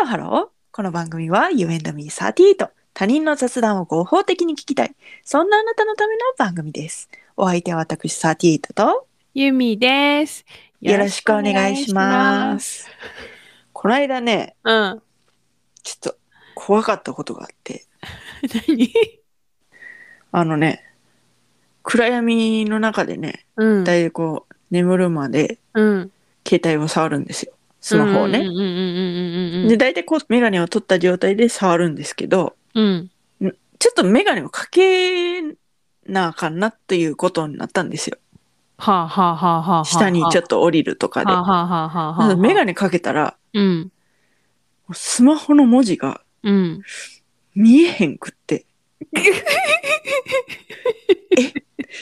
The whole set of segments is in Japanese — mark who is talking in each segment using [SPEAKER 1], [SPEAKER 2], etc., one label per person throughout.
[SPEAKER 1] ロハロー。この番組は You and me38。他人の雑談を合法的に聞きたい。そんなあなたのための番組です。お相手は私38と
[SPEAKER 2] ゆみです。
[SPEAKER 1] よろしくお願いしま。す。こないだね、
[SPEAKER 2] うん。
[SPEAKER 1] ちょっと怖かったことがあって、
[SPEAKER 2] 何？
[SPEAKER 1] あのね、暗闇の中でね、
[SPEAKER 2] うん。
[SPEAKER 1] 大体こう眠るまで
[SPEAKER 2] うん。
[SPEAKER 1] 携帯を触るんですよ。スマホをね。
[SPEAKER 2] うんうんうんうんうんう
[SPEAKER 1] で
[SPEAKER 2] ん。
[SPEAKER 1] 大体こうメガネを取った状態で触るんですけど
[SPEAKER 2] うん。
[SPEAKER 1] ちょっとメガネをかけなあかんなっていうことになったんですよ
[SPEAKER 2] はあ、はあはあはあはあ。
[SPEAKER 1] 下にちょ
[SPEAKER 2] っ
[SPEAKER 1] っと降りるとかで
[SPEAKER 2] はあはあはあはあはあ。
[SPEAKER 1] メガ
[SPEAKER 2] ネ。
[SPEAKER 1] ネかけたら
[SPEAKER 2] うん。
[SPEAKER 1] スマホの文字が
[SPEAKER 2] うん。
[SPEAKER 1] 見えへんくっ てえ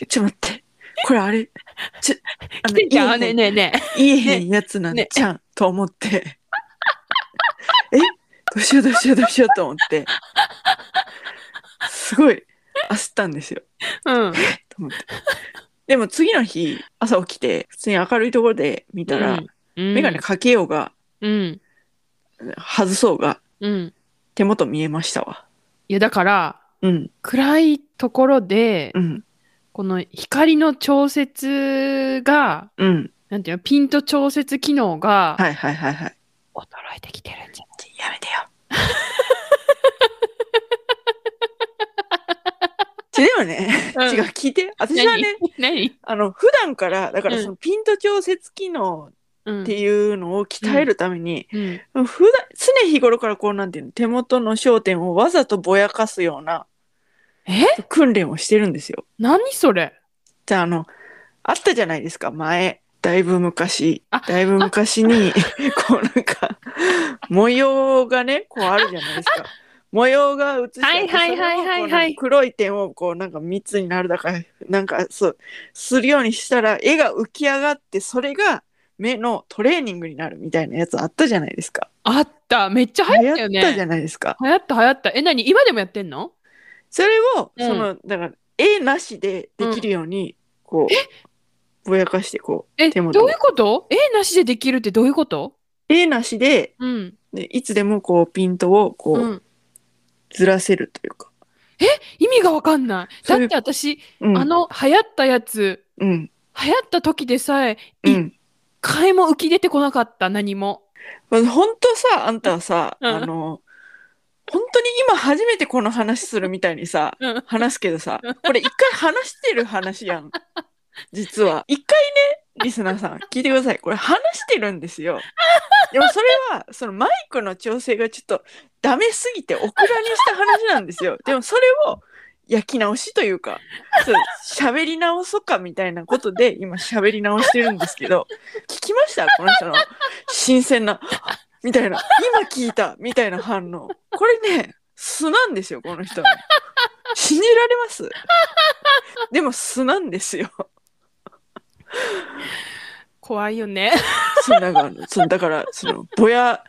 [SPEAKER 1] ちょっと待ってこれあれちょあ
[SPEAKER 2] 来
[SPEAKER 1] の
[SPEAKER 2] てんじゃん。
[SPEAKER 1] 言え
[SPEAKER 2] ね
[SPEAKER 1] へん
[SPEAKER 2] えねえね
[SPEAKER 1] 言えへんやつなん
[SPEAKER 2] ね
[SPEAKER 1] ちゃんと思って。えどうしようどうしようどうしようと思って。すごい焦ったんですよ。
[SPEAKER 2] え。うん。
[SPEAKER 1] と思って。でも次の日、朝起きて、普通に明るいところで見たら、
[SPEAKER 2] うん。
[SPEAKER 1] メガネかけようが、
[SPEAKER 2] うん。
[SPEAKER 1] 外そうが、
[SPEAKER 2] うん。
[SPEAKER 1] 手元見えましたわ。
[SPEAKER 2] いやだから
[SPEAKER 1] うん、
[SPEAKER 2] 暗いところで
[SPEAKER 1] うん、
[SPEAKER 2] この光の調節が
[SPEAKER 1] うん。
[SPEAKER 2] なんていうのピント調節機能が
[SPEAKER 1] はいはいはいはい。
[SPEAKER 2] 衰えてきてるんじゃ
[SPEAKER 1] ちょやめてよ。ちょでもね、
[SPEAKER 2] うん
[SPEAKER 1] 違う、聞いて。私は
[SPEAKER 2] ない
[SPEAKER 1] ね、
[SPEAKER 2] 何？
[SPEAKER 1] あの普段からだから
[SPEAKER 2] うん
[SPEAKER 1] そのピント調節機能
[SPEAKER 2] 何？
[SPEAKER 1] っていうのを鍛えるために、
[SPEAKER 2] うん。うん。
[SPEAKER 1] 普段常日頃からこうなんていうの手元の焦点をわざとぼやかすような
[SPEAKER 2] え
[SPEAKER 1] 訓練をしてるんですよ。
[SPEAKER 2] 何それ
[SPEAKER 1] じゃああのあったじゃないですか前だいぶ昔
[SPEAKER 2] あ
[SPEAKER 1] だいぶ昔に こうなんか模様がねこうあるじゃないですか。模様が映してあって
[SPEAKER 2] はいはいはいはいはい
[SPEAKER 1] それをこうなんか黒い点をこうなんか密になるだからなんかそうするようにしたら絵が浮き上がってそれが目のトレーニングになるみたいなやつあったじゃないですか。
[SPEAKER 2] あっためっちゃ流行ったよ
[SPEAKER 1] 流行ったじゃ
[SPEAKER 2] ね。
[SPEAKER 1] ないですか。
[SPEAKER 2] 流行った流行った。え、何今でもやってんの
[SPEAKER 1] それを、
[SPEAKER 2] うん
[SPEAKER 1] そのだから絵なしでできるように、こうぼやかしてこう
[SPEAKER 2] え、
[SPEAKER 1] 手
[SPEAKER 2] ど
[SPEAKER 1] 元
[SPEAKER 2] ういうこと絵なしでできるってどういうこと
[SPEAKER 1] 絵なしで
[SPEAKER 2] うん。
[SPEAKER 1] ねいつでもこうピントをこう、
[SPEAKER 2] うん、
[SPEAKER 1] ずらせるというか、
[SPEAKER 2] 意味がわかんない。
[SPEAKER 1] そ
[SPEAKER 2] だ
[SPEAKER 1] う
[SPEAKER 2] っ
[SPEAKER 1] いう
[SPEAKER 2] て私、
[SPEAKER 1] うん、
[SPEAKER 2] あの流行ったやつ、
[SPEAKER 1] うん
[SPEAKER 2] 流行った時でさえ、
[SPEAKER 1] う
[SPEAKER 2] 一
[SPEAKER 1] ん
[SPEAKER 2] 回も浮き出てこなかった、何も。
[SPEAKER 1] 本当さあんたはさ、
[SPEAKER 2] うん
[SPEAKER 1] あの本当に今初めてこの話するみたいにさ
[SPEAKER 2] うん。
[SPEAKER 1] 話すけどさこれ一回話してる話やん実は一回ねリスナーさん聞いてくださいこれ話してるんですよでもそれはそのマイクの調整がちょっとダメすぎてオクラにした話なんですよでもそれを焼き直しというかそう喋り直そうかみたいなことで今喋り直してるんですけど聞きましたこの人の新鮮なみたいな今聞いたみたいな反応これね素なんですよこの人の信じられますでも素なんですよ
[SPEAKER 2] 怖いよ ね。
[SPEAKER 1] そうなんかそのだからそのぼや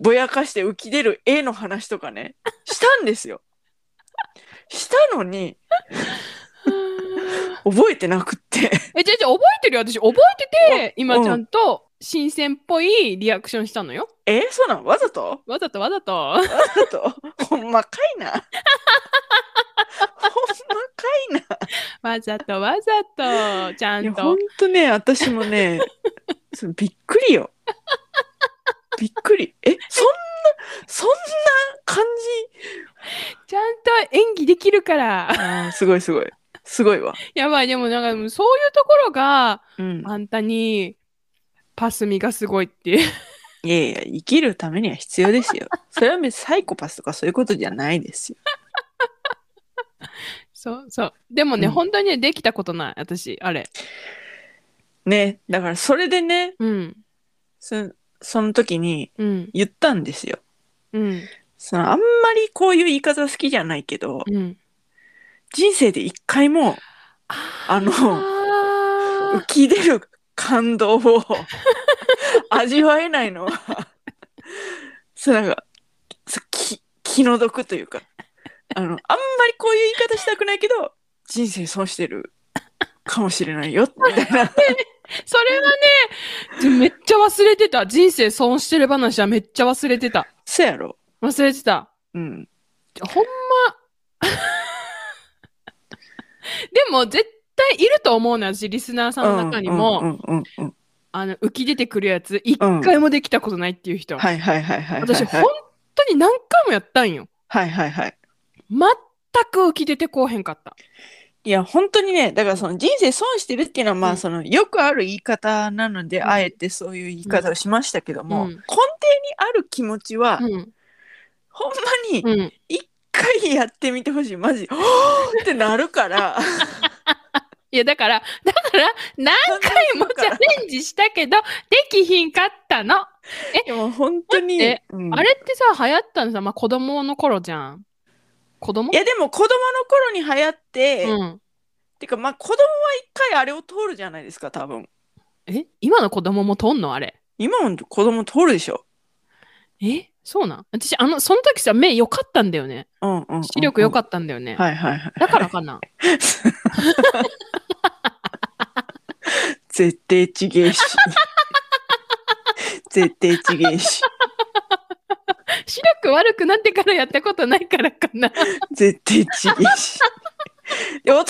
[SPEAKER 1] ぼやかして浮き出る絵の話とかねしたんですよしたのに覚えてなくって
[SPEAKER 2] え、じゃじゃ覚えてるよ。私、覚えてて、今ちゃんと新鮮っぽいリアクションしたのよ。
[SPEAKER 1] えそうなのわざと
[SPEAKER 2] わざと わざと。
[SPEAKER 1] わざとほんまかいなほんまかい
[SPEAKER 2] わざとわざと。ちゃ
[SPEAKER 1] ないや
[SPEAKER 2] ん
[SPEAKER 1] ほ
[SPEAKER 2] と
[SPEAKER 1] ん。とね私もねそのびっくりよびっくりえそんなそんな感じ
[SPEAKER 2] ちゃんと演技できるから。
[SPEAKER 1] あーすごいすごい。すごいわ。
[SPEAKER 2] やばい、でもなんかもうそういうところが、
[SPEAKER 1] うん。
[SPEAKER 2] あんたにパスミがすごいって。
[SPEAKER 1] いやいや、生きるためには必要ですよ。 それは別にサイコパスとかそういうことじゃないですよ。
[SPEAKER 2] そうそう。でもね、
[SPEAKER 1] うん
[SPEAKER 2] 本当にねできたことない、私、あれ。
[SPEAKER 1] ね。だからそれでね、
[SPEAKER 2] うん、
[SPEAKER 1] そその時に
[SPEAKER 2] うん、
[SPEAKER 1] 言ったんですよ。
[SPEAKER 2] うん、
[SPEAKER 1] そのあんまりこういう言い方好きじゃないけど、
[SPEAKER 2] うん。
[SPEAKER 1] 人生で一回もあの
[SPEAKER 2] あ
[SPEAKER 1] 浮き出る感 動を味わえないのは、そうなんか、そう気気の毒というか、あの、あんまりこういう言い方したくないけど、人生損してるかもしれないよ、みたい な。
[SPEAKER 2] ーそれはね、めっちゃ忘れてた。人生損してる話はめっちゃ忘れてた。
[SPEAKER 1] そやろ。
[SPEAKER 2] 忘れてた。
[SPEAKER 1] うん。
[SPEAKER 2] ほんま。 でも、絶対いると思うのよ私、リスナーさんの中にも、
[SPEAKER 1] うんうんうんうん
[SPEAKER 2] あの、浮き出てくるやつ、一回もできたことないっていう人。
[SPEAKER 1] うん。はいはいはいはいはいはい。
[SPEAKER 2] 私、本当に何回もやったんよ。
[SPEAKER 1] はいはいはい。
[SPEAKER 2] 全く浮き出てこうへんかった。
[SPEAKER 1] いや、本当にね、だからその人生損してるっていうのは、ま
[SPEAKER 2] う
[SPEAKER 1] あ、
[SPEAKER 2] ん
[SPEAKER 1] その、よくある言い方なので、
[SPEAKER 2] うん
[SPEAKER 1] あえてそういう言い方をしましたけども、
[SPEAKER 2] うん
[SPEAKER 1] 根底にある気持ちは、
[SPEAKER 2] うん。
[SPEAKER 1] ほんまに一
[SPEAKER 2] うん。
[SPEAKER 1] 回やってみてほしい。マ ジ、おーってなるから、
[SPEAKER 2] いや、だから、だから、何回もチャレンジしたけど、できひんかったの。
[SPEAKER 1] でも本当に、
[SPEAKER 2] だって
[SPEAKER 1] うん
[SPEAKER 2] あれってさ、流行ったのさ、まあ、子供の頃じゃん。子供
[SPEAKER 1] いや、でも子供の頃に流行って、
[SPEAKER 2] うん。
[SPEAKER 1] てか、まあ、子供は一回あれを通るじゃないですか、多分。
[SPEAKER 2] え今の子供もとんのあれ。
[SPEAKER 1] 今も子供通るでしょ。
[SPEAKER 2] えそうなん私、あの、その時さ、目良かったんだよね。
[SPEAKER 1] うんうんうん、
[SPEAKER 2] 視力良
[SPEAKER 1] っ
[SPEAKER 2] かったんだよね。
[SPEAKER 1] はいはいはい。
[SPEAKER 2] だからかな。
[SPEAKER 1] 絶対ちげえ し。絶対ちげえし。
[SPEAKER 2] 視力悪くなってからやったことないからかな。
[SPEAKER 1] 絶対 ちげえし。で大人になっ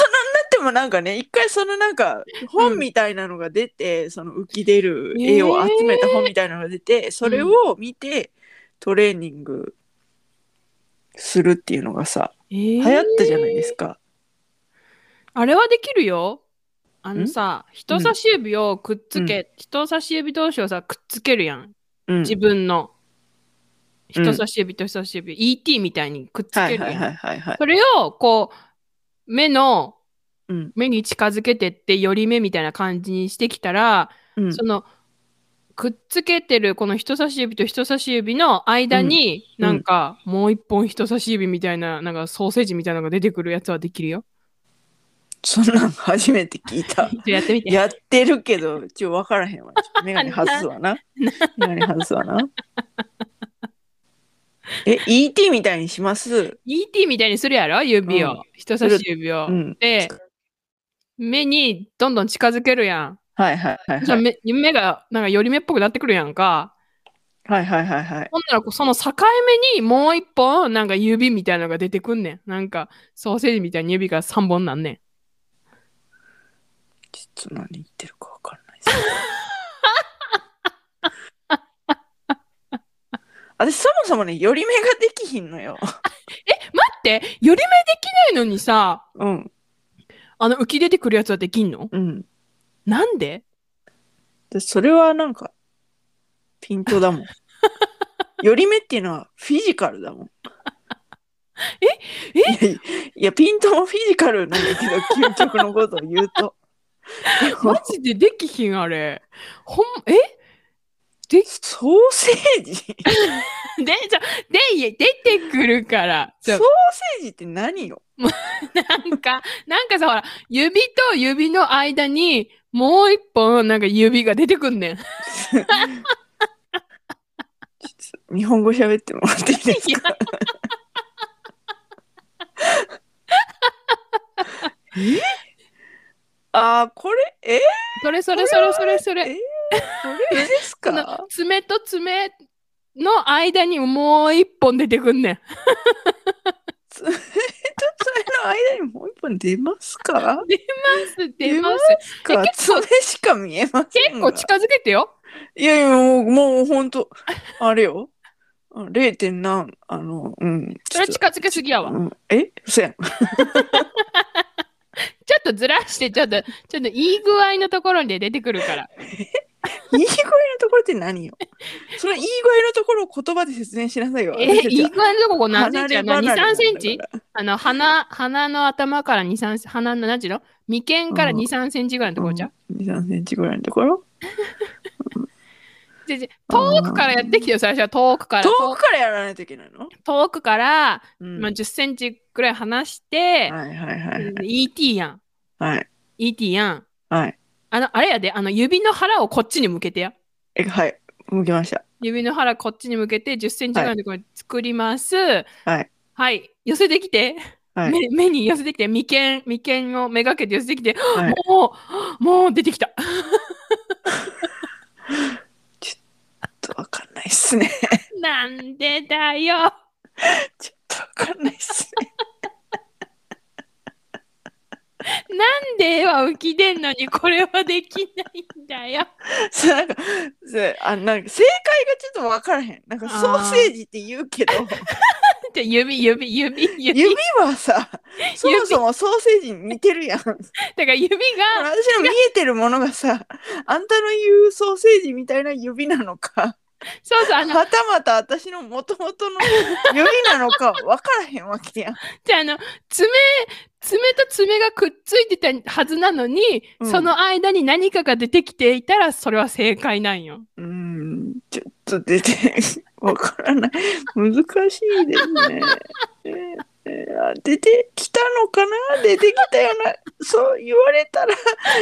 [SPEAKER 1] てもなんかね一回そのなんか本みたいなのが出て、その浮き出る絵を集めた本みたいなのが出て、それを見てトレーニングするっていうのがさ
[SPEAKER 2] 流
[SPEAKER 1] 流行ったじゃないですか。
[SPEAKER 2] あれはできるよ。あの
[SPEAKER 1] ん
[SPEAKER 2] さ、人差し指をくっつけ、人差し指同士をさ、くっつけるやん。
[SPEAKER 1] うん、
[SPEAKER 2] 自分
[SPEAKER 1] う
[SPEAKER 2] の。
[SPEAKER 1] ん
[SPEAKER 2] 人差し指と人差し指、ET みたいにくっつ
[SPEAKER 1] は
[SPEAKER 2] け
[SPEAKER 1] い
[SPEAKER 2] るや
[SPEAKER 1] はい
[SPEAKER 2] ん。
[SPEAKER 1] はいはいはい。
[SPEAKER 2] それを、こう、目の、
[SPEAKER 1] うん
[SPEAKER 2] 目に近づけてって、寄り目みたいな感じにしてきたら、
[SPEAKER 1] うん
[SPEAKER 2] その、くっつけてるこの人差し指と人差し指の間に、
[SPEAKER 1] うん
[SPEAKER 2] なんか、もう一本人差し指みたいな、なんかソーセージみたいなのが出てくるやつはできるよ。
[SPEAKER 1] そんなん初めて聞い た
[SPEAKER 2] ちょ。っとやってみて。
[SPEAKER 1] やってるけど、ちょ、わからへんわ。ちょっとメガネ外すわ な。メガネ外すわな。え、ET みたいにします
[SPEAKER 2] ET みたいにするやろ指
[SPEAKER 1] う
[SPEAKER 2] を、
[SPEAKER 1] ん
[SPEAKER 2] 人差し指を。
[SPEAKER 1] うん。
[SPEAKER 2] で、目にどんどん近づけるやん。
[SPEAKER 1] はいはいはい
[SPEAKER 2] じゃ
[SPEAKER 1] はい。
[SPEAKER 2] あ目目がなんか寄り目っぽくなってくるやんか。
[SPEAKER 1] はいはいはいはい。
[SPEAKER 2] ほんならこうその境目にもう一本なんか指みたいなのが出てくんねん。なんかソーセージみたいに指が3本なんねん。
[SPEAKER 1] ちょっと何言ってるかわかんない です。私そもそもね、寄り目ができひんのよ。
[SPEAKER 2] 待って寄り目できないのにさ、
[SPEAKER 1] うん、
[SPEAKER 2] あの浮き出てくるやつはできんの
[SPEAKER 1] うん。
[SPEAKER 2] なんで
[SPEAKER 1] でそれはなんか、ピントだも ん。寄り目っていうのはフィジカルだもん。 ええいやいや、ピントもフィジカルなんだけど、究極のことを言う と。でも
[SPEAKER 2] マジでできひんあれ。ほん、え
[SPEAKER 1] ソーセージソ
[SPEAKER 2] で、じゃ、で、出てくるから。じゃ
[SPEAKER 1] ーセージって何よ
[SPEAKER 2] なんか、なんかさ、ほら、指と指の間に、もう一本、なんか指が出てくんねん。
[SPEAKER 1] ちょっと日本語喋ってもらっていいですかえあーこれえ
[SPEAKER 2] それそれそれそれそれ。
[SPEAKER 1] えこれです
[SPEAKER 2] こ
[SPEAKER 1] か
[SPEAKER 2] の爪と爪の間にもう一本出てくんねん。
[SPEAKER 1] 爪と爪の間にもう一本出ますか
[SPEAKER 2] 出ます、出ます。
[SPEAKER 1] か
[SPEAKER 2] え結
[SPEAKER 1] 爪
[SPEAKER 2] 構
[SPEAKER 1] しか見えませ
[SPEAKER 2] 結
[SPEAKER 1] んが
[SPEAKER 2] 構近づけてよ。
[SPEAKER 1] いやいやもうもうほんとあれよあ 0. 点何あのうん
[SPEAKER 2] それ
[SPEAKER 1] ちょっ
[SPEAKER 2] 近づけすぎや
[SPEAKER 1] と
[SPEAKER 2] わ。
[SPEAKER 1] うんえ嘘やん
[SPEAKER 2] ちょっとずらして、ちょっと、ちょっといい具合のところに出てくる から。
[SPEAKER 1] いい声のところって何よそのいい声のところを言葉で説明しなさいよ。
[SPEAKER 2] え、いい具合のとここ何センチやな ?2、
[SPEAKER 1] 離れ離れ
[SPEAKER 2] 3センチ
[SPEAKER 1] なんだから
[SPEAKER 2] あの、鼻、鼻の頭から2、3、鼻の何ちの眉間から
[SPEAKER 1] うん
[SPEAKER 2] 2、3センチぐらいのところじゃん。
[SPEAKER 1] うん2、3センチぐらいのところ
[SPEAKER 2] じゃじゃ遠くからやってきてよ、最初は遠くから。
[SPEAKER 1] 遠
[SPEAKER 2] 遠
[SPEAKER 1] くからやらないといけないの、
[SPEAKER 2] 遠くから、
[SPEAKER 1] うん
[SPEAKER 2] ま
[SPEAKER 1] は
[SPEAKER 2] あ、
[SPEAKER 1] い
[SPEAKER 2] 10センチぐらい離して、
[SPEAKER 1] はいはいはい。
[SPEAKER 2] ET やん。
[SPEAKER 1] はい。
[SPEAKER 2] ET やん。
[SPEAKER 1] はい。
[SPEAKER 2] あの、あれやで、あの、指の腹をこっちに向けてや。
[SPEAKER 1] え、はい。向きました。
[SPEAKER 2] 指の腹こっちに向けて10センチぐらいのところに作ります。
[SPEAKER 1] はい。
[SPEAKER 2] はい。寄せてきて。
[SPEAKER 1] はい。
[SPEAKER 2] 目目に寄せてきて、眉間、眉間をめがけて寄せてきて、
[SPEAKER 1] はい
[SPEAKER 2] もう、もう出てきた。
[SPEAKER 1] ちょっとわかんないっすね。
[SPEAKER 2] なんでだよ。
[SPEAKER 1] ちょっと わかんないっすね。
[SPEAKER 2] なんで絵は浮き出んのにこれはできないんだよ。
[SPEAKER 1] そうなんかそうあなんか正解がちょっとわからへん。なんかソーセージって言う けど、
[SPEAKER 2] じゃ指指指指
[SPEAKER 1] 指はさ、そもそもソーセージに似てるやん。
[SPEAKER 2] だから指
[SPEAKER 1] 私
[SPEAKER 2] が
[SPEAKER 1] の見えてるものがさ、あんたの言うソーセージみたいな指なのか、
[SPEAKER 2] そうそうあの
[SPEAKER 1] はたまた私の元々の指なのかわからへんわけやん。
[SPEAKER 2] じゃああの爪爪と爪がくっついてたはずなのに、
[SPEAKER 1] うん
[SPEAKER 2] その間に何かが出てきていたらそれは正解なんよ。
[SPEAKER 1] うーん、ちょっと出て、 わからない。難しいですね。 えーえーあ出てきたのかな出てきたような、そう言われたら。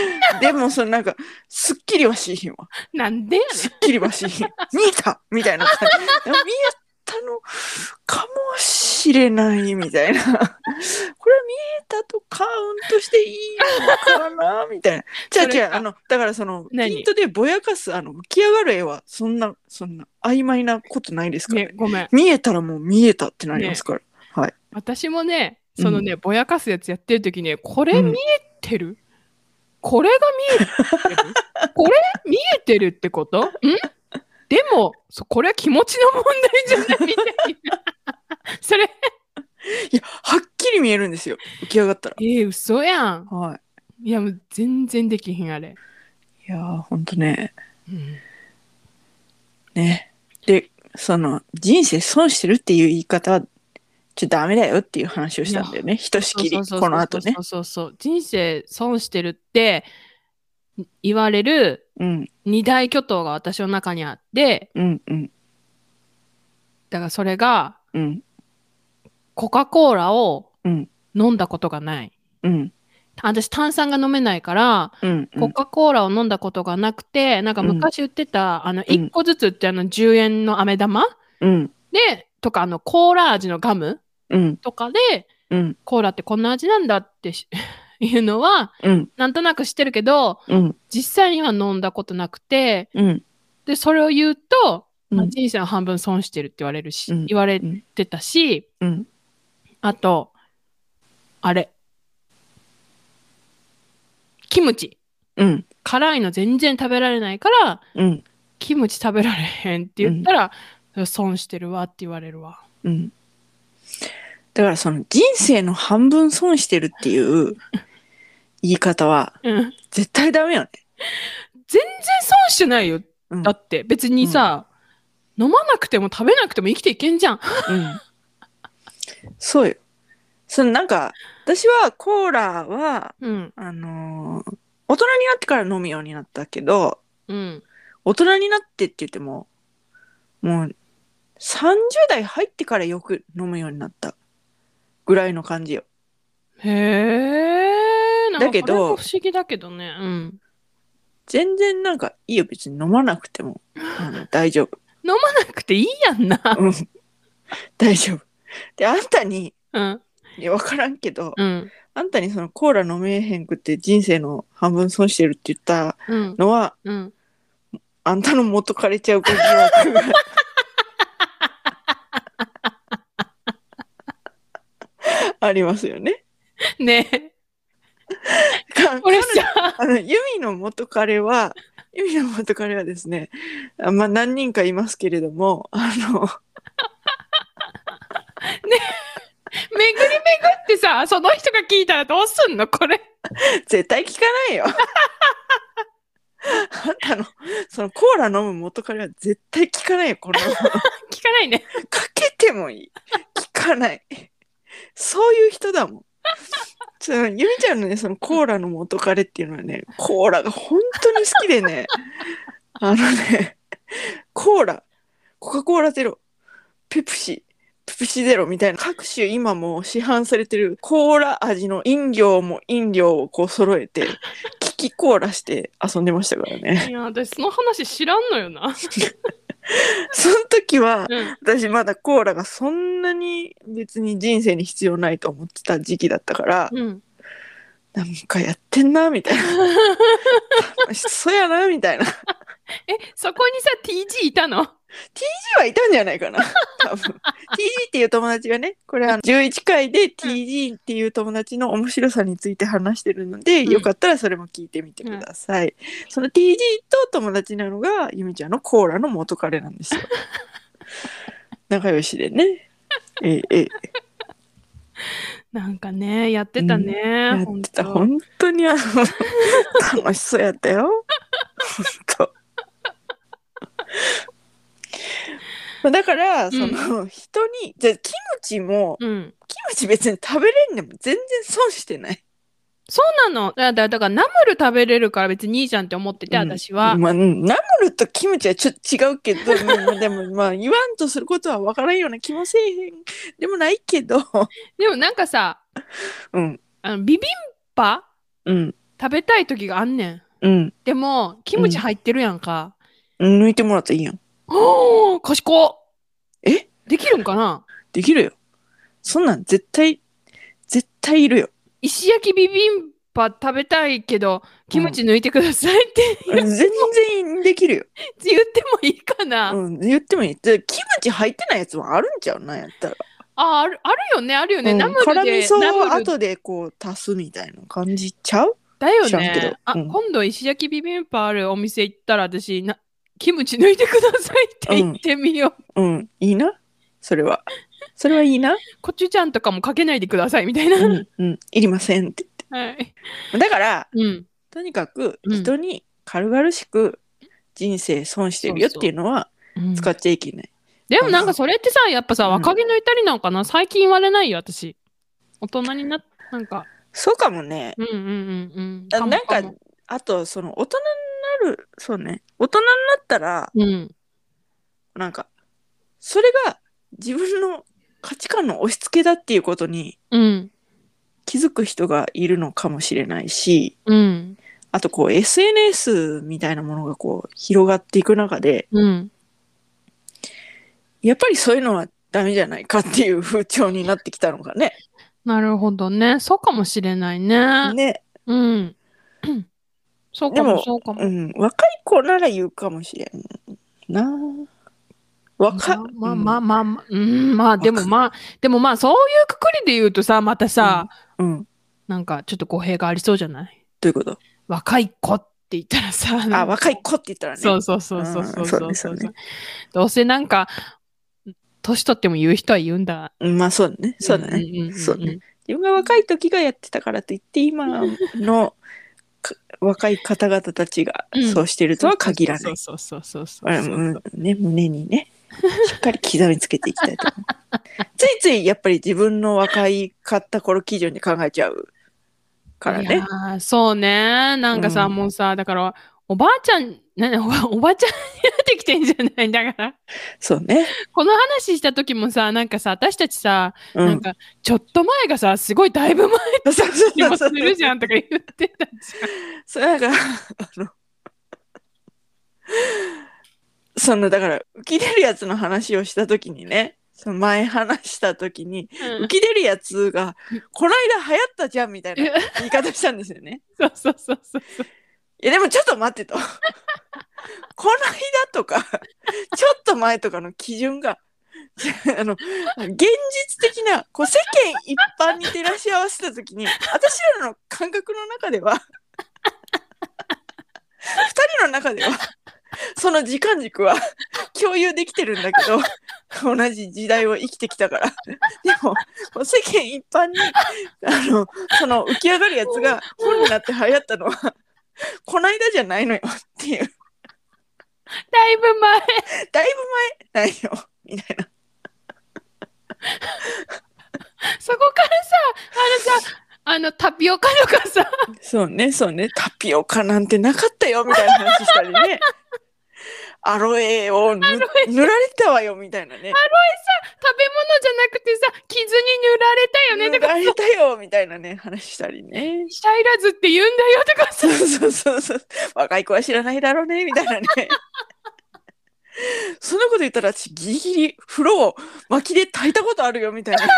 [SPEAKER 1] でも、そのなんか、すっきりはしいひんわ。
[SPEAKER 2] なんでやねん
[SPEAKER 1] すっきりはしい ひん。見えたみたいな感じ。見えたのかもしれないみたいな。これは見えたとカウントしていいのかなみたいな。じゃあ
[SPEAKER 2] それ
[SPEAKER 1] じゃ
[SPEAKER 2] か
[SPEAKER 1] あ、あの、だからその、
[SPEAKER 2] 何
[SPEAKER 1] ヒントでぼやかす、あの、浮き上がる絵は、そんな、そんな、曖昧なことないですからね
[SPEAKER 2] ね。ごめん。
[SPEAKER 1] 見えたらもう見えたってなりますから。
[SPEAKER 2] 私もね、そのね、ぼやかすやつやってる時ね、これ見えてる、これが 見えてるこれ見えてるってことんでも、そこれは気持ちの問題じゃないみたいな。それ、
[SPEAKER 1] いや、はっきり見えるんですよ。浮き上がったら。
[SPEAKER 2] えー、嘘やん。
[SPEAKER 1] はい
[SPEAKER 2] や、もう全然できひん、あれ。
[SPEAKER 1] い。いやー、ほんとね。
[SPEAKER 2] うん
[SPEAKER 1] ね。で、その、人生損してるっていう言い方は、ちょっとダメだよっていう話をしたんだよね。ひとしきり、
[SPEAKER 2] そうそうそう
[SPEAKER 1] この後ね
[SPEAKER 2] そ。うそうそう。人生損してるって言われる
[SPEAKER 1] うん、
[SPEAKER 2] 二大巨頭が私の中にあって、
[SPEAKER 1] うん、うん、
[SPEAKER 2] だからそれが
[SPEAKER 1] うん、
[SPEAKER 2] コカ・コーラを
[SPEAKER 1] うん
[SPEAKER 2] 飲んだことがない。
[SPEAKER 1] うん、
[SPEAKER 2] 私炭酸が飲めないから、
[SPEAKER 1] うん。
[SPEAKER 2] コカ・コーラを飲んだことがなくて、なんか昔売ってた、あの、1個ずつってあの10円の飴玉
[SPEAKER 1] うん、
[SPEAKER 2] で、とかあのコーラ味のガム
[SPEAKER 1] うん、
[SPEAKER 2] とかで、
[SPEAKER 1] うん、
[SPEAKER 2] コーラってこんな味なんだってし いうのは、
[SPEAKER 1] うん、
[SPEAKER 2] なんとなく知ってるけど、
[SPEAKER 1] うん、
[SPEAKER 2] 実際には飲んだことなくて、
[SPEAKER 1] うん、
[SPEAKER 2] で、それを言うと、
[SPEAKER 1] うん
[SPEAKER 2] あ人生の半分損してるって言われるし、
[SPEAKER 1] うん
[SPEAKER 2] 言われてたし、
[SPEAKER 1] うん。
[SPEAKER 2] あと、あれ。キムチ。
[SPEAKER 1] うん、
[SPEAKER 2] 辛いの全然食べられないから、
[SPEAKER 1] うん、
[SPEAKER 2] キムチ食べられへんって言ったら、損してるわって言われるわ。
[SPEAKER 1] うん。だからその人生の半分損してるっていう言い方は
[SPEAKER 2] うん。全然
[SPEAKER 1] 絶対ダメよね。
[SPEAKER 2] 損してないよ。
[SPEAKER 1] うん。
[SPEAKER 2] だって、別にさ、飲まなくても食べなくても生きていけんじゃん。
[SPEAKER 1] うんそうよ。そのなんか、私はコーラは、
[SPEAKER 2] うん。
[SPEAKER 1] あのー大人になってから飲むようになったけど、
[SPEAKER 2] うん。
[SPEAKER 1] 大人になってって言っても、もう30代入ってからよく飲むようになったぐらいの感じよ。
[SPEAKER 2] へえ。なんか
[SPEAKER 1] だけど
[SPEAKER 2] これも不思議だけどね。うん。
[SPEAKER 1] 全然なんかいいよ、別に飲まなくても。あの大丈夫。
[SPEAKER 2] 飲まなくていいやんな。
[SPEAKER 1] うん。大丈夫。で、あんたに、
[SPEAKER 2] うん。
[SPEAKER 1] いや、わからんけど、
[SPEAKER 2] うん。
[SPEAKER 1] あんたにそのコーラ飲めへんくって人生の半分損してるって言った
[SPEAKER 2] うん。
[SPEAKER 1] のは、
[SPEAKER 2] うん。
[SPEAKER 1] あんたの元枯れちゃう子疑惑が。ありますよね。
[SPEAKER 2] ねえ。
[SPEAKER 1] か
[SPEAKER 2] これさ、
[SPEAKER 1] あの、ユミの元彼は、ユミの元彼はですね、あまあ何人かいますけれども、 あの、
[SPEAKER 2] 巡り巡ってさ、その人が聞いたらどうすんのこれ。
[SPEAKER 1] 絶対聞かないよ。 あんたの、そのコーラ飲む元彼は絶対聞かないよ、この。
[SPEAKER 2] 聞かないね。
[SPEAKER 1] かけてもいい。聞かない。そういう人だもん。そのゆみちゃんのね、そのコーラの元彼っていうのはね、コーラが本当に好きでね、あのね、コーラ、コカ・コーラゼロ、ペプシ、ペプシゼロみたいな各種今も市販されてるコーラ味の飲料も飲料をこう揃えて、キキコーラして遊んでましたからね。
[SPEAKER 2] いや、私その話知らんのよな。
[SPEAKER 1] その時は、
[SPEAKER 2] うん。
[SPEAKER 1] 私まだコーラがそんなに別に人生に必要ないと思ってた時期だったから、
[SPEAKER 2] うん。
[SPEAKER 1] なんかやってんなみたいな楽しそうやなみたいな
[SPEAKER 2] え、そこにさ、TG いたの
[SPEAKER 1] はいたんじゃないかな。多分 TG っていう友達がね、これあの11回で TG っていう友達の面白さについて話してるので、
[SPEAKER 2] うん
[SPEAKER 1] よかったらそれも聞いてみてください。その TG と友達なのが、ゆみちゃんのコーラの元彼なんですよ。仲良しでね。ええええ
[SPEAKER 2] なんかね、やってたね。
[SPEAKER 1] やっ
[SPEAKER 2] ほん
[SPEAKER 1] て
[SPEAKER 2] と
[SPEAKER 1] た。本当にあの、楽しそうやったよ。本当。まあだから、その、人に、じゃあキムチも、
[SPEAKER 2] うん。
[SPEAKER 1] キムチ別に食べれんでも全然損してない。
[SPEAKER 2] そうなの。だだだから、ナムル食べれるから別にいいじゃんって思ってて、
[SPEAKER 1] うん
[SPEAKER 2] 私は。
[SPEAKER 1] まあ、うんナムルとキムチはちょっと違うけど、まあでも、まあ、言わんとすることは分からんような気もせえへんでもないけど、
[SPEAKER 2] でもなんかさ、
[SPEAKER 1] うん、
[SPEAKER 2] あのビビンパ
[SPEAKER 1] うん、
[SPEAKER 2] 食べたい時があんねん。
[SPEAKER 1] うん、
[SPEAKER 2] でも、キムチ入ってるやんか。
[SPEAKER 1] 抜いてもらったらいいやん。
[SPEAKER 2] おー、賢っ
[SPEAKER 1] え
[SPEAKER 2] できるんかな
[SPEAKER 1] できるよ。そんなん絶対、絶対いるよ。
[SPEAKER 2] 石焼きビビンパ食べたいけど、キムチ抜いてくださいって
[SPEAKER 1] 全然できるよ。
[SPEAKER 2] 言ってもいいかな、
[SPEAKER 1] うん、言ってもいい。でキムチ入ってないやつもあるんちゃうなんやったら。
[SPEAKER 2] あ、ある、あるよね、あるよね。
[SPEAKER 1] うん
[SPEAKER 2] ナムル
[SPEAKER 1] 辛味
[SPEAKER 2] で、
[SPEAKER 1] 噌
[SPEAKER 2] ナム
[SPEAKER 1] を
[SPEAKER 2] ル
[SPEAKER 1] 後でこう足すみたいな感じちゃう
[SPEAKER 2] だよ
[SPEAKER 1] 知らんけ
[SPEAKER 2] ね
[SPEAKER 1] ど。
[SPEAKER 2] あ、
[SPEAKER 1] うん
[SPEAKER 2] 今度石焼きビビンパあるお店行ったら、私、なキムチ抜いてくださいって言ってみよう。
[SPEAKER 1] うん、いいな。それは。それはいいな。
[SPEAKER 2] コチュジャンとかもかけないでくださいみたいな。
[SPEAKER 1] うん、うん、いりませんって
[SPEAKER 2] はい。
[SPEAKER 1] 言って。だから、
[SPEAKER 2] うん。
[SPEAKER 1] とにかく
[SPEAKER 2] うん
[SPEAKER 1] 人に軽々しく人生損してるよっていうのは
[SPEAKER 2] うん
[SPEAKER 1] 使っちゃいけない。
[SPEAKER 2] でもなんかそれってさ、やっぱさ、
[SPEAKER 1] うん
[SPEAKER 2] 若気の至りなんかな。最近言われないよ、私。大人になっ、なんか、
[SPEAKER 1] そうかもね。
[SPEAKER 2] うんうんうんうん。
[SPEAKER 1] あなんか
[SPEAKER 2] もも、
[SPEAKER 1] あと、その大人になる、そうね。大人になったら、
[SPEAKER 2] うん。
[SPEAKER 1] なんか、それが自分の価値観の押し付けだっていうことに
[SPEAKER 2] うん。
[SPEAKER 1] 気づく人がいるのかもしれないし、
[SPEAKER 2] うん。
[SPEAKER 1] あとこう SNS みたいなものがこう広がっていく中で、
[SPEAKER 2] うん。
[SPEAKER 1] やっぱりそういうのはダメじゃないかっていう風潮になってきたのかね。
[SPEAKER 2] なるほどね。そうかもしれないね。
[SPEAKER 1] ね。
[SPEAKER 2] うん。そうか
[SPEAKER 1] で
[SPEAKER 2] も、
[SPEAKER 1] も
[SPEAKER 2] そうか
[SPEAKER 1] う
[SPEAKER 2] も。
[SPEAKER 1] ん。若い子なら言うかもしれんな。若
[SPEAKER 2] まあまあまあまあ、うん、まあでもまあ、でもまあそういうくくりで言うとさ、またさ、
[SPEAKER 1] うん。うん。ど
[SPEAKER 2] なんかちょっと語弊がありそうじゃないう
[SPEAKER 1] いうこと
[SPEAKER 2] 若い子って言ったらさ、なんか
[SPEAKER 1] あ、若い子って言ったらね。
[SPEAKER 2] そうそうそうそうそうそううんそ
[SPEAKER 1] そううですよね
[SPEAKER 2] どうせなんか、年取っても言う人は言うんだ。
[SPEAKER 1] うんまあそうだね。そうだね。
[SPEAKER 2] んんんん
[SPEAKER 1] そうね自分が若い時がやってたからといって今のか若い方々たちが
[SPEAKER 2] うん
[SPEAKER 1] そうしてるとは限らない。
[SPEAKER 2] そうそうそうそうそう
[SPEAKER 1] 我
[SPEAKER 2] そうそう
[SPEAKER 1] 々もうんね、胸にねしっかり刻みつけていきたいと 思う。ついついやっぱり自分の若いかった頃基準で考えちゃうから
[SPEAKER 2] いや
[SPEAKER 1] ね。
[SPEAKER 2] ーそうね。なんかさ、
[SPEAKER 1] うん
[SPEAKER 2] もうさ、だから、おばあちゃん、なおばおばあちゃんになってきてんじゃないだから、
[SPEAKER 1] そうね。
[SPEAKER 2] この話した時もさ、なんかさ、私たちさ、
[SPEAKER 1] う
[SPEAKER 2] なん
[SPEAKER 1] ん。
[SPEAKER 2] か、ちょっと前がさ、すごいだいぶ前
[SPEAKER 1] そうそうそう
[SPEAKER 2] にもす
[SPEAKER 1] そう
[SPEAKER 2] るじゃんとか言って たじ
[SPEAKER 1] そうだから、あの、そのだから浮き出るやつの話をした時にね、その前話した時に、
[SPEAKER 2] ゃん。う
[SPEAKER 1] 浮
[SPEAKER 2] ん
[SPEAKER 1] き出るやつが、この間流行ったじゃんみたいな言い方したんですよね。
[SPEAKER 2] そうそうそうそう。
[SPEAKER 1] いや、でもちょっと待ってと。この間とか、 ちょっと前とかの基準が、 あの、現実的な、こう世間一般に照らし合わせたときに、私らの感覚の中では、二人の中では、その時間軸は共有できてるんだけど、同じ時代を生きてきたから。でも、こう世間一般に、あの、その浮き上がるやつが本になって流行ったのは、こないだじゃないのよっていう、
[SPEAKER 2] だいぶ前。
[SPEAKER 1] だいぶ前ないよ、みたいな。
[SPEAKER 2] そこからさ、あのさ、あのタピオカとかさ、
[SPEAKER 1] そうね、そうね、タピオカなんてなかったよ、みたいな話したり ね。アロエをぬ
[SPEAKER 2] アロエ
[SPEAKER 1] 塗られてたわよ、みたいなね。
[SPEAKER 2] 食べ物じゃなくてさ、傷に塗られたよね
[SPEAKER 1] 塗、
[SPEAKER 2] とから
[SPEAKER 1] れたよ、みたいなね、話したりね。
[SPEAKER 2] シャイラズって言うんだよとかさ
[SPEAKER 1] そう、そうそうそう。若い子は知らないだろうね、みたいなね。 そんなこと言ったら私ギリギリ風呂を薪で炊いたことあるよみたいな ね。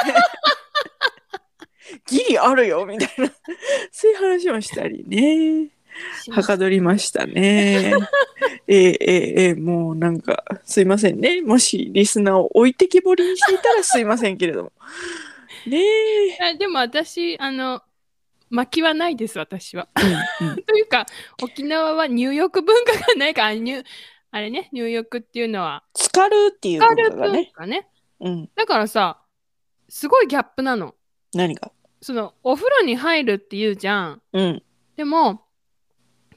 [SPEAKER 1] ギリあるよみたいな。そういう話もしたりね。はかどりましたね。 ええええええもうなんか、すいませんね。もしリスナーを置いてきぼりにしていたらすいませんけれども。ねえ。
[SPEAKER 2] あでも私あの巻きはないです私は。
[SPEAKER 1] うんうん
[SPEAKER 2] というか沖縄は入浴文化がないから入あれね入浴っていうのは
[SPEAKER 1] 浸かるっていう
[SPEAKER 2] カ
[SPEAKER 1] こ
[SPEAKER 2] ル
[SPEAKER 1] とが
[SPEAKER 2] 文
[SPEAKER 1] ね。
[SPEAKER 2] 化ね
[SPEAKER 1] うん。
[SPEAKER 2] だからさすごいギャップなの。
[SPEAKER 1] 何が。
[SPEAKER 2] そのお風呂に入るって言うじゃん。
[SPEAKER 1] うん。
[SPEAKER 2] でも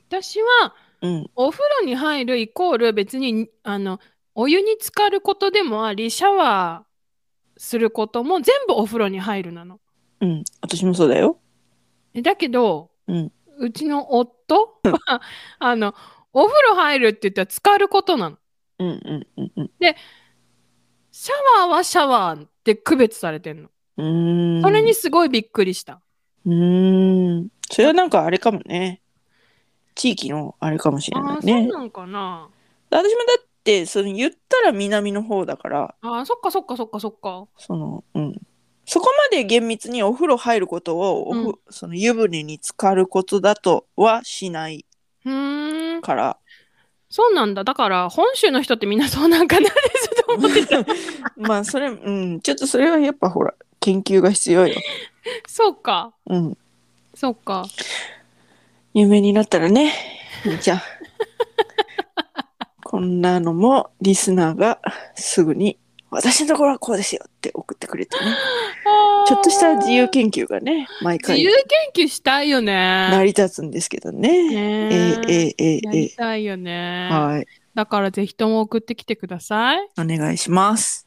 [SPEAKER 2] 私は
[SPEAKER 1] うん。
[SPEAKER 2] お風呂に入るイコール別にあのお湯に浸かることでもありシャワーすることも全部お風呂に入るなの。
[SPEAKER 1] うん。私もそうだよ。
[SPEAKER 2] えだけど、
[SPEAKER 1] うん
[SPEAKER 2] ちの夫は あのお風呂入るって言ったら浸かることなの。
[SPEAKER 1] うんうんうんうん。
[SPEAKER 2] シャワーはシャワーって区別されてんの。
[SPEAKER 1] うーん。
[SPEAKER 2] それに。すごいびっくりした。
[SPEAKER 1] うーん。それはなんかあれかもね。地域のあれかもしれ
[SPEAKER 2] あ
[SPEAKER 1] な
[SPEAKER 2] あ
[SPEAKER 1] い
[SPEAKER 2] そう
[SPEAKER 1] ね。
[SPEAKER 2] なんかな。
[SPEAKER 1] 私もだって、その言ったら南の方だから。
[SPEAKER 2] ああそっかそっかそっかそっか。
[SPEAKER 1] その、うん。そこまで厳密にお風呂入ることをおふ、
[SPEAKER 2] うん
[SPEAKER 1] その湯船に浸かることだとはしないう
[SPEAKER 2] ーん
[SPEAKER 1] から。
[SPEAKER 2] そうなんだ。だから本州の人ってみんなそうなんかなってちょっと思ってた。
[SPEAKER 1] まあそれ、うん、ちょっとそれはやっぱほら、研究が必要よ。
[SPEAKER 2] そうか
[SPEAKER 1] うん。
[SPEAKER 2] そうか。
[SPEAKER 1] 有名になったらね、みーちゃ ん。こんなのもリスナーがすぐに、私のところはこうですよって送ってくれてね。ちょっとした自由研究がね、毎
[SPEAKER 2] 自
[SPEAKER 1] 回
[SPEAKER 2] 由研究したいよ
[SPEAKER 1] 成
[SPEAKER 2] ね。
[SPEAKER 1] り立つんですけどね。え
[SPEAKER 2] ね
[SPEAKER 1] ー、えー、えー、
[SPEAKER 2] やり
[SPEAKER 1] え
[SPEAKER 2] たいよ
[SPEAKER 1] ー、
[SPEAKER 2] ね。
[SPEAKER 1] はい。
[SPEAKER 2] だからぜひとも送ってきてください。
[SPEAKER 1] お願いします。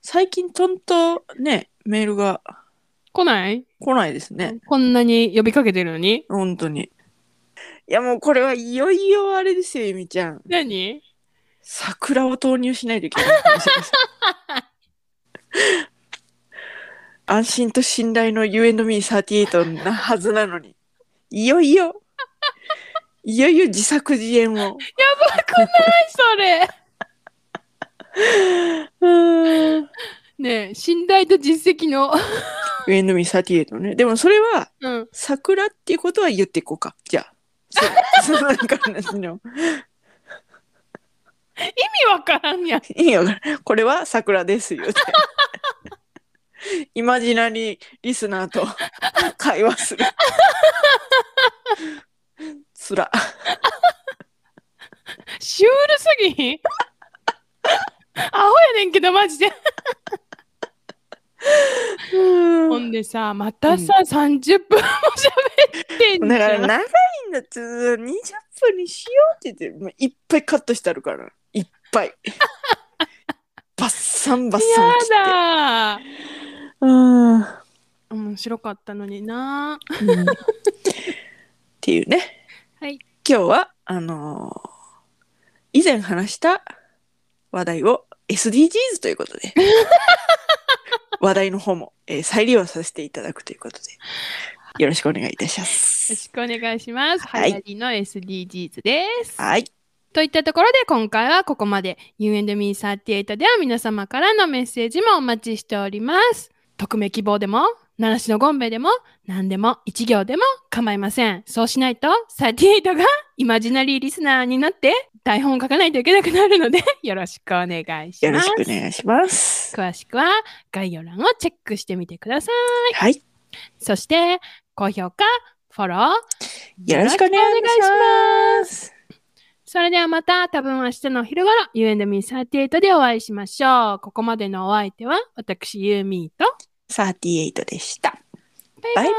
[SPEAKER 1] 最近ちゃんとね、メールが
[SPEAKER 2] 来ない、
[SPEAKER 1] 来ないですね。
[SPEAKER 2] こんなに呼びかけてるのに。
[SPEAKER 1] 本当に。いやもうこれはいよいよあれですよ、ゆみちゃん。
[SPEAKER 2] 何
[SPEAKER 1] 桜を投入しないといけないかもしれません。安心と信頼の U&Me38 なはずなのに。いよいよ。いよいよ自作自演を。
[SPEAKER 2] それ
[SPEAKER 1] うーん。
[SPEAKER 2] ねえ、信頼と実績の。
[SPEAKER 1] U&Me38 ね。でもそれは、
[SPEAKER 2] うん。
[SPEAKER 1] 桜っていうことは言っていこうか。じゃあ。 そそのなんか話の
[SPEAKER 2] 意味わからんやん。
[SPEAKER 1] いいよこれは桜ですよって。イマジナリーリスナーと会話する。つら。
[SPEAKER 2] シュールすぎ ひんアホやねんけど、マジで。ほんでさ、またさ、30分も喋ってん
[SPEAKER 1] だから
[SPEAKER 2] じゃん。
[SPEAKER 1] 長いんだって20分にしようって言ってもういっぱいカットしてあるから。いっぱ い。バッサンバッサン切って。
[SPEAKER 2] やだ
[SPEAKER 1] うん
[SPEAKER 2] 面白かったのにな。
[SPEAKER 1] っていうね。
[SPEAKER 2] はい
[SPEAKER 1] 今日は、あのー以前話した話題を SDGs という ことで、話題の方も、えー再利用させていただくということで、よろしくお願いいたしま
[SPEAKER 2] よろ
[SPEAKER 1] す。
[SPEAKER 2] しくお願いします。は
[SPEAKER 1] はい
[SPEAKER 2] やりの SDGs です。
[SPEAKER 1] はい。
[SPEAKER 2] といったところで今回はここまで U&Me38 では皆様からのメッセージもお待ちしております。匿名希望でも、奈良市のゴンベでも、何でも、一行でも構いません。そうしないと、38がイマジナリーリスナーになって台本を書かないといけなくなるので、 よろしくお願いし
[SPEAKER 1] よろ
[SPEAKER 2] ます
[SPEAKER 1] し。くお願いします。
[SPEAKER 2] 詳しくは概要欄をチェックしてみてください。
[SPEAKER 1] はい。
[SPEAKER 2] そして、高評価、フォロー、
[SPEAKER 1] よろしくお願いします。
[SPEAKER 2] それではまた多分明日のお昼頃 You and me38 でお会いしましょう。ここまでのお相手は私ユーミーと
[SPEAKER 1] 38でした。
[SPEAKER 2] バイバ
[SPEAKER 1] バイバ
[SPEAKER 2] イ
[SPEAKER 1] イ。